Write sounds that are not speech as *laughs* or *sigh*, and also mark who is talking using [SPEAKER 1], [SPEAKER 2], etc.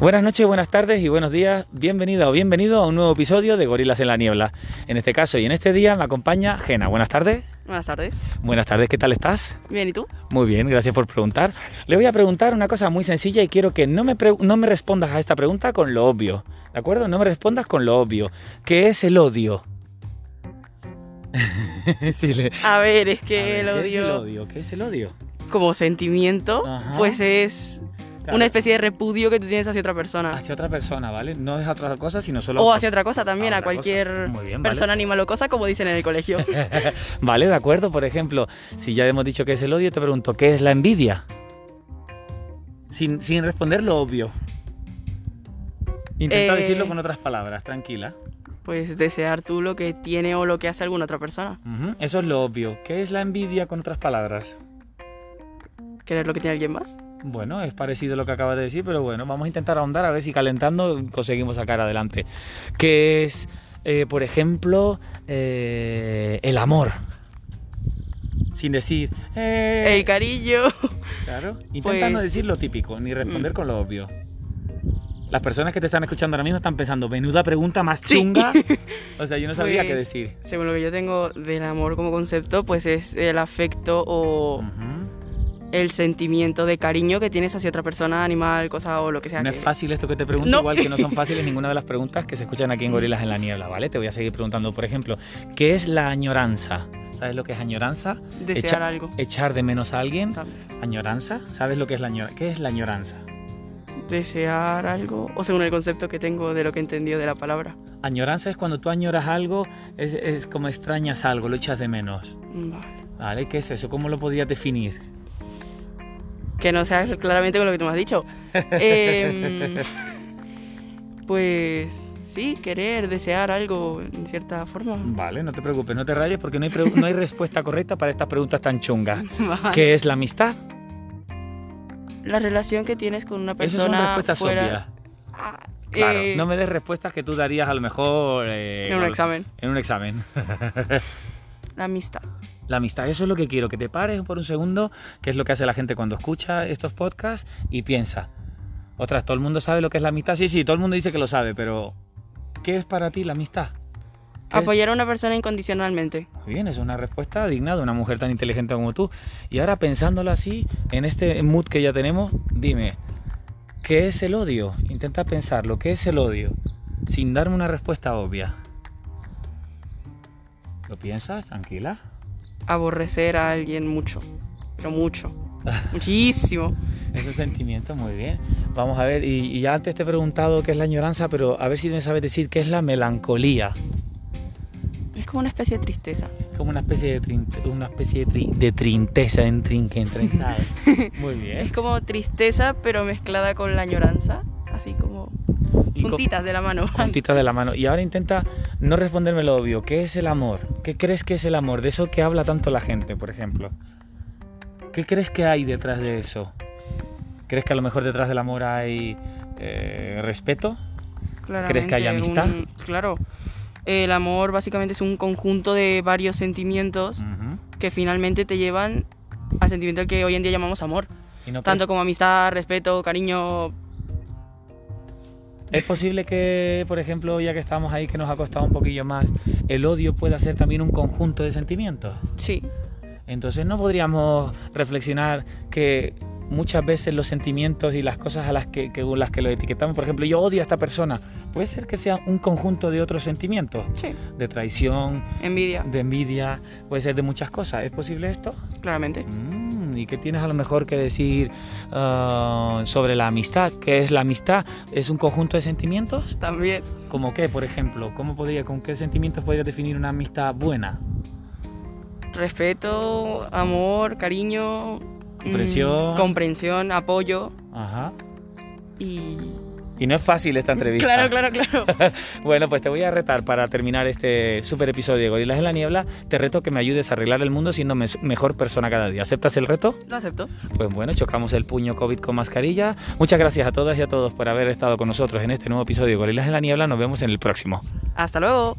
[SPEAKER 1] Buenas noches, buenas tardes y buenos días. Bienvenida o bienvenido a un nuevo episodio de Gorilas en la Niebla. En este caso y en este día me acompaña Gena. Buenas tardes.
[SPEAKER 2] Buenas tardes.
[SPEAKER 1] Buenas tardes, ¿qué tal estás?
[SPEAKER 2] Bien, ¿y tú?
[SPEAKER 1] Muy bien, gracias por preguntar. Le voy a preguntar una cosa muy sencilla y quiero que no me, pre- no me respondas a esta pregunta con lo obvio. ¿De acuerdo? No me respondas con lo obvio. ¿Qué es el odio? *laughs* Sí, le-
[SPEAKER 2] A ver, es
[SPEAKER 1] A
[SPEAKER 2] que
[SPEAKER 1] ver, ¿Qué es
[SPEAKER 2] el
[SPEAKER 1] el
[SPEAKER 2] odio
[SPEAKER 1] odio? ¿Qué es el odio?
[SPEAKER 2] como sentimiento,
[SPEAKER 1] Ajá.
[SPEAKER 2] pues es
[SPEAKER 1] Claro,
[SPEAKER 2] una especie de repudio que tú tienes hacia otra persona.
[SPEAKER 1] Hacia otra persona, ¿vale? No es a otra cosa, sino solo
[SPEAKER 2] o
[SPEAKER 1] a-
[SPEAKER 2] hacia otra cosa también,
[SPEAKER 1] a
[SPEAKER 2] a,
[SPEAKER 1] otra cosa.
[SPEAKER 2] cualquier
[SPEAKER 1] Muy bien, vale.
[SPEAKER 2] persona, animal o cosa, como dicen en
[SPEAKER 1] *laughs*
[SPEAKER 2] el colegio.
[SPEAKER 1] Vale, de acuerdo. Por ejemplo, si ya hemos dicho que es el odio, te pregunto, ¿qué es la envidia? Sin, sin responder lo obvio. Intenta
[SPEAKER 2] Eh.
[SPEAKER 1] decirlo con otras palabras, tranquila.
[SPEAKER 2] pues desear tú lo que tiene o lo que hace alguna otra persona.
[SPEAKER 1] Ujú, Eso es lo obvio. ¿Qué es la envidia con otras palabras?
[SPEAKER 2] Querer lo que tiene alguien más.
[SPEAKER 1] Bueno, es parecido a lo que acabas de decir, pero bueno, vamos a intentar ahondar a ver si calentando conseguimos sacar adelante. ¿Qué es, eh, por ejemplo, eh, el amor? Sin decir... eh,
[SPEAKER 2] El cariño. *laughs*
[SPEAKER 1] Claro. Intenta no
[SPEAKER 2] Pues-
[SPEAKER 1] decir lo típico, ni responder
[SPEAKER 2] Mm.
[SPEAKER 1] con lo obvio. Las personas que te están escuchando ahora mismo están pensando, menuda pregunta más
[SPEAKER 2] Sí. *laughs*
[SPEAKER 1] chunga. O sea, yo no sabía qué
[SPEAKER 2] Pues-
[SPEAKER 1] decir.
[SPEAKER 2] Según lo que yo tengo del amor como concepto, pues es el afecto o
[SPEAKER 1] Mm. Ujú.
[SPEAKER 2] el sentimiento de cariño que tienes hacia otra persona, animal, cosa o lo que sea.
[SPEAKER 1] No es
[SPEAKER 2] que-
[SPEAKER 1] fácil esto que te pregunto,
[SPEAKER 2] No.
[SPEAKER 1] igual que no
[SPEAKER 2] *laughs*
[SPEAKER 1] son fáciles ninguna de las preguntas que se escuchan aquí en Gorilas en la Niebla, ¿vale? Te voy a seguir preguntando, por ejemplo, ¿qué es la añoranza? ¿Sabes lo que es añoranza?
[SPEAKER 2] Desear
[SPEAKER 1] Echa-
[SPEAKER 2] algo.
[SPEAKER 1] Echar de menos a alguien.
[SPEAKER 2] Claro.
[SPEAKER 1] ¿Añoranza? ¿Sabes lo que es la añoranza? ¿Qué es la añoranza?
[SPEAKER 2] desear algo, o según el concepto que tengo de lo que entendió de la palabra.
[SPEAKER 1] Añoranza es cuando tú añoras algo, es, es como extrañas algo, lo echas de menos.
[SPEAKER 2] Vale.
[SPEAKER 1] ¿Vale? ¿Qué es eso? ¿Cómo lo podías definir?
[SPEAKER 2] Que no sea claramente con lo que tú me
[SPEAKER 1] *laughs*
[SPEAKER 2] has dicho. Em, pues sí, querer, desear algo en cierta forma.
[SPEAKER 1] Vale, no te preocupes, no te rayes porque no hay, pregu- no hay respuesta correcta para estas preguntas tan chungas.
[SPEAKER 2] *laughs* Vale.
[SPEAKER 1] ¿Qué es la amistad?
[SPEAKER 2] La relación que tienes con una
[SPEAKER 1] Esas son
[SPEAKER 2] persona
[SPEAKER 1] respuestas
[SPEAKER 2] fuera
[SPEAKER 1] obvias.
[SPEAKER 2] Ah,
[SPEAKER 1] Claro,
[SPEAKER 2] eh,
[SPEAKER 1] no me des respuestas que tú darías a lo mejor eh,
[SPEAKER 2] en un
[SPEAKER 1] al-
[SPEAKER 2] examen.
[SPEAKER 1] en un examen. *laughs*
[SPEAKER 2] La amistad.
[SPEAKER 1] La amistad, eso es lo que quiero, que te pares por un segundo, que es lo que hace la gente cuando escucha estos podcasts y piensa. Otras, todo el mundo sabe lo que es la amistad. Sí, sí, todo el mundo dice que lo sabe, pero ¿qué es para ti la amistad? ¿Qué es-
[SPEAKER 2] Apoyar a una persona incondicionalmente.
[SPEAKER 1] Muy bien, es una respuesta digna de una mujer tan inteligente como tú. Y ahora pensándolo así, en este mood que ya tenemos, dime, ¿qué es el odio? Intenta pensarlo, ¿qué es el odio? Sin darme una respuesta obvia. ¿Lo piensas? Tranquila.
[SPEAKER 2] Aborrecer a alguien mucho.
[SPEAKER 1] *laughs*
[SPEAKER 2] Pero mucho. Muchísimo.
[SPEAKER 1] Es un sentimiento, muy bien. Vamos a ver, y, y ya antes te he preguntado qué es la añoranza, pero a ver si me sabes decir qué es la melancolía.
[SPEAKER 2] Es como una especie de tristeza.
[SPEAKER 1] Como una especie de, trin- una especie de, tri- de trinteza, de
[SPEAKER 2] *laughs*
[SPEAKER 1] entrinque, entrenzado. Muy bien.
[SPEAKER 2] Es como tristeza, pero mezclada con la añoranza. Así como
[SPEAKER 1] Y co-
[SPEAKER 2] puntitas de la
[SPEAKER 1] *laughs*
[SPEAKER 2] mano.
[SPEAKER 1] Puntita de la mano. Y ahora intenta no responderme lo obvio. ¿Qué es el amor? ¿Qué crees que es el amor? De eso que habla tanto la gente, por ejemplo. ¿Qué crees que hay detrás de eso? ¿Crees que a lo mejor detrás del amor hay eh, respeto? ¿Crees que hay
[SPEAKER 2] *laughs* Claramente
[SPEAKER 1] amistad?
[SPEAKER 2] un- claro. El amor básicamente es un conjunto de varios sentimientos
[SPEAKER 1] Ujú.
[SPEAKER 2] que finalmente te llevan al sentimiento al que hoy en día llamamos amor.
[SPEAKER 1] Y no
[SPEAKER 2] Tanto como amistad, respeto, cariño.
[SPEAKER 1] crees- pues, ¿Es posible que, por ejemplo, ya que estamos ahí, que nos ha costado un poquillo más, el odio pueda ser también un conjunto de sentimientos?
[SPEAKER 2] Sí,
[SPEAKER 1] Entonces no podríamos reflexionar que muchas veces los sentimientos y las cosas a las que, que- las que lo etiquetamos, por ejemplo, yo odio a esta persona, puede ser que sea un conjunto de otros sentimientos,
[SPEAKER 2] sí.
[SPEAKER 1] de traición,
[SPEAKER 2] Envidia,
[SPEAKER 1] de envidia, puede ser de muchas cosas. ¿Es posible esto?
[SPEAKER 2] claramente.
[SPEAKER 1] Mm, ¿Y qué tienes a lo mejor que decir ah, sobre la amistad? ¿Qué es la amistad? ¿Es un conjunto de sentimientos?
[SPEAKER 2] También.
[SPEAKER 1] ¿Como qué, por ejemplo? ¿Cómo podría, ¿Con qué sentimientos podrías definir una amistad buena?
[SPEAKER 2] Respeto, amor, cariño. mm,
[SPEAKER 1] Comprensión.
[SPEAKER 2] comprensión, apoyo
[SPEAKER 1] Ajá.
[SPEAKER 2] y...
[SPEAKER 1] Y no es fácil esta entrevista.
[SPEAKER 2] Claro, claro, *laughs* claro.
[SPEAKER 1] Bueno, pues te voy a retar para terminar este super episodio de Gorilas en la Niebla. Te reto que me ayudes a arreglar el mundo siendo mes- mejor persona cada día. ¿Aceptas el reto?
[SPEAKER 2] Lo acepto.
[SPEAKER 1] Pues bueno, chocamos el puño COVID con mascarilla. Muchas gracias a todas y a todos por haber estado con nosotros en este nuevo episodio de Gorilas en la Niebla. Nos vemos en el próximo.
[SPEAKER 2] Hasta luego.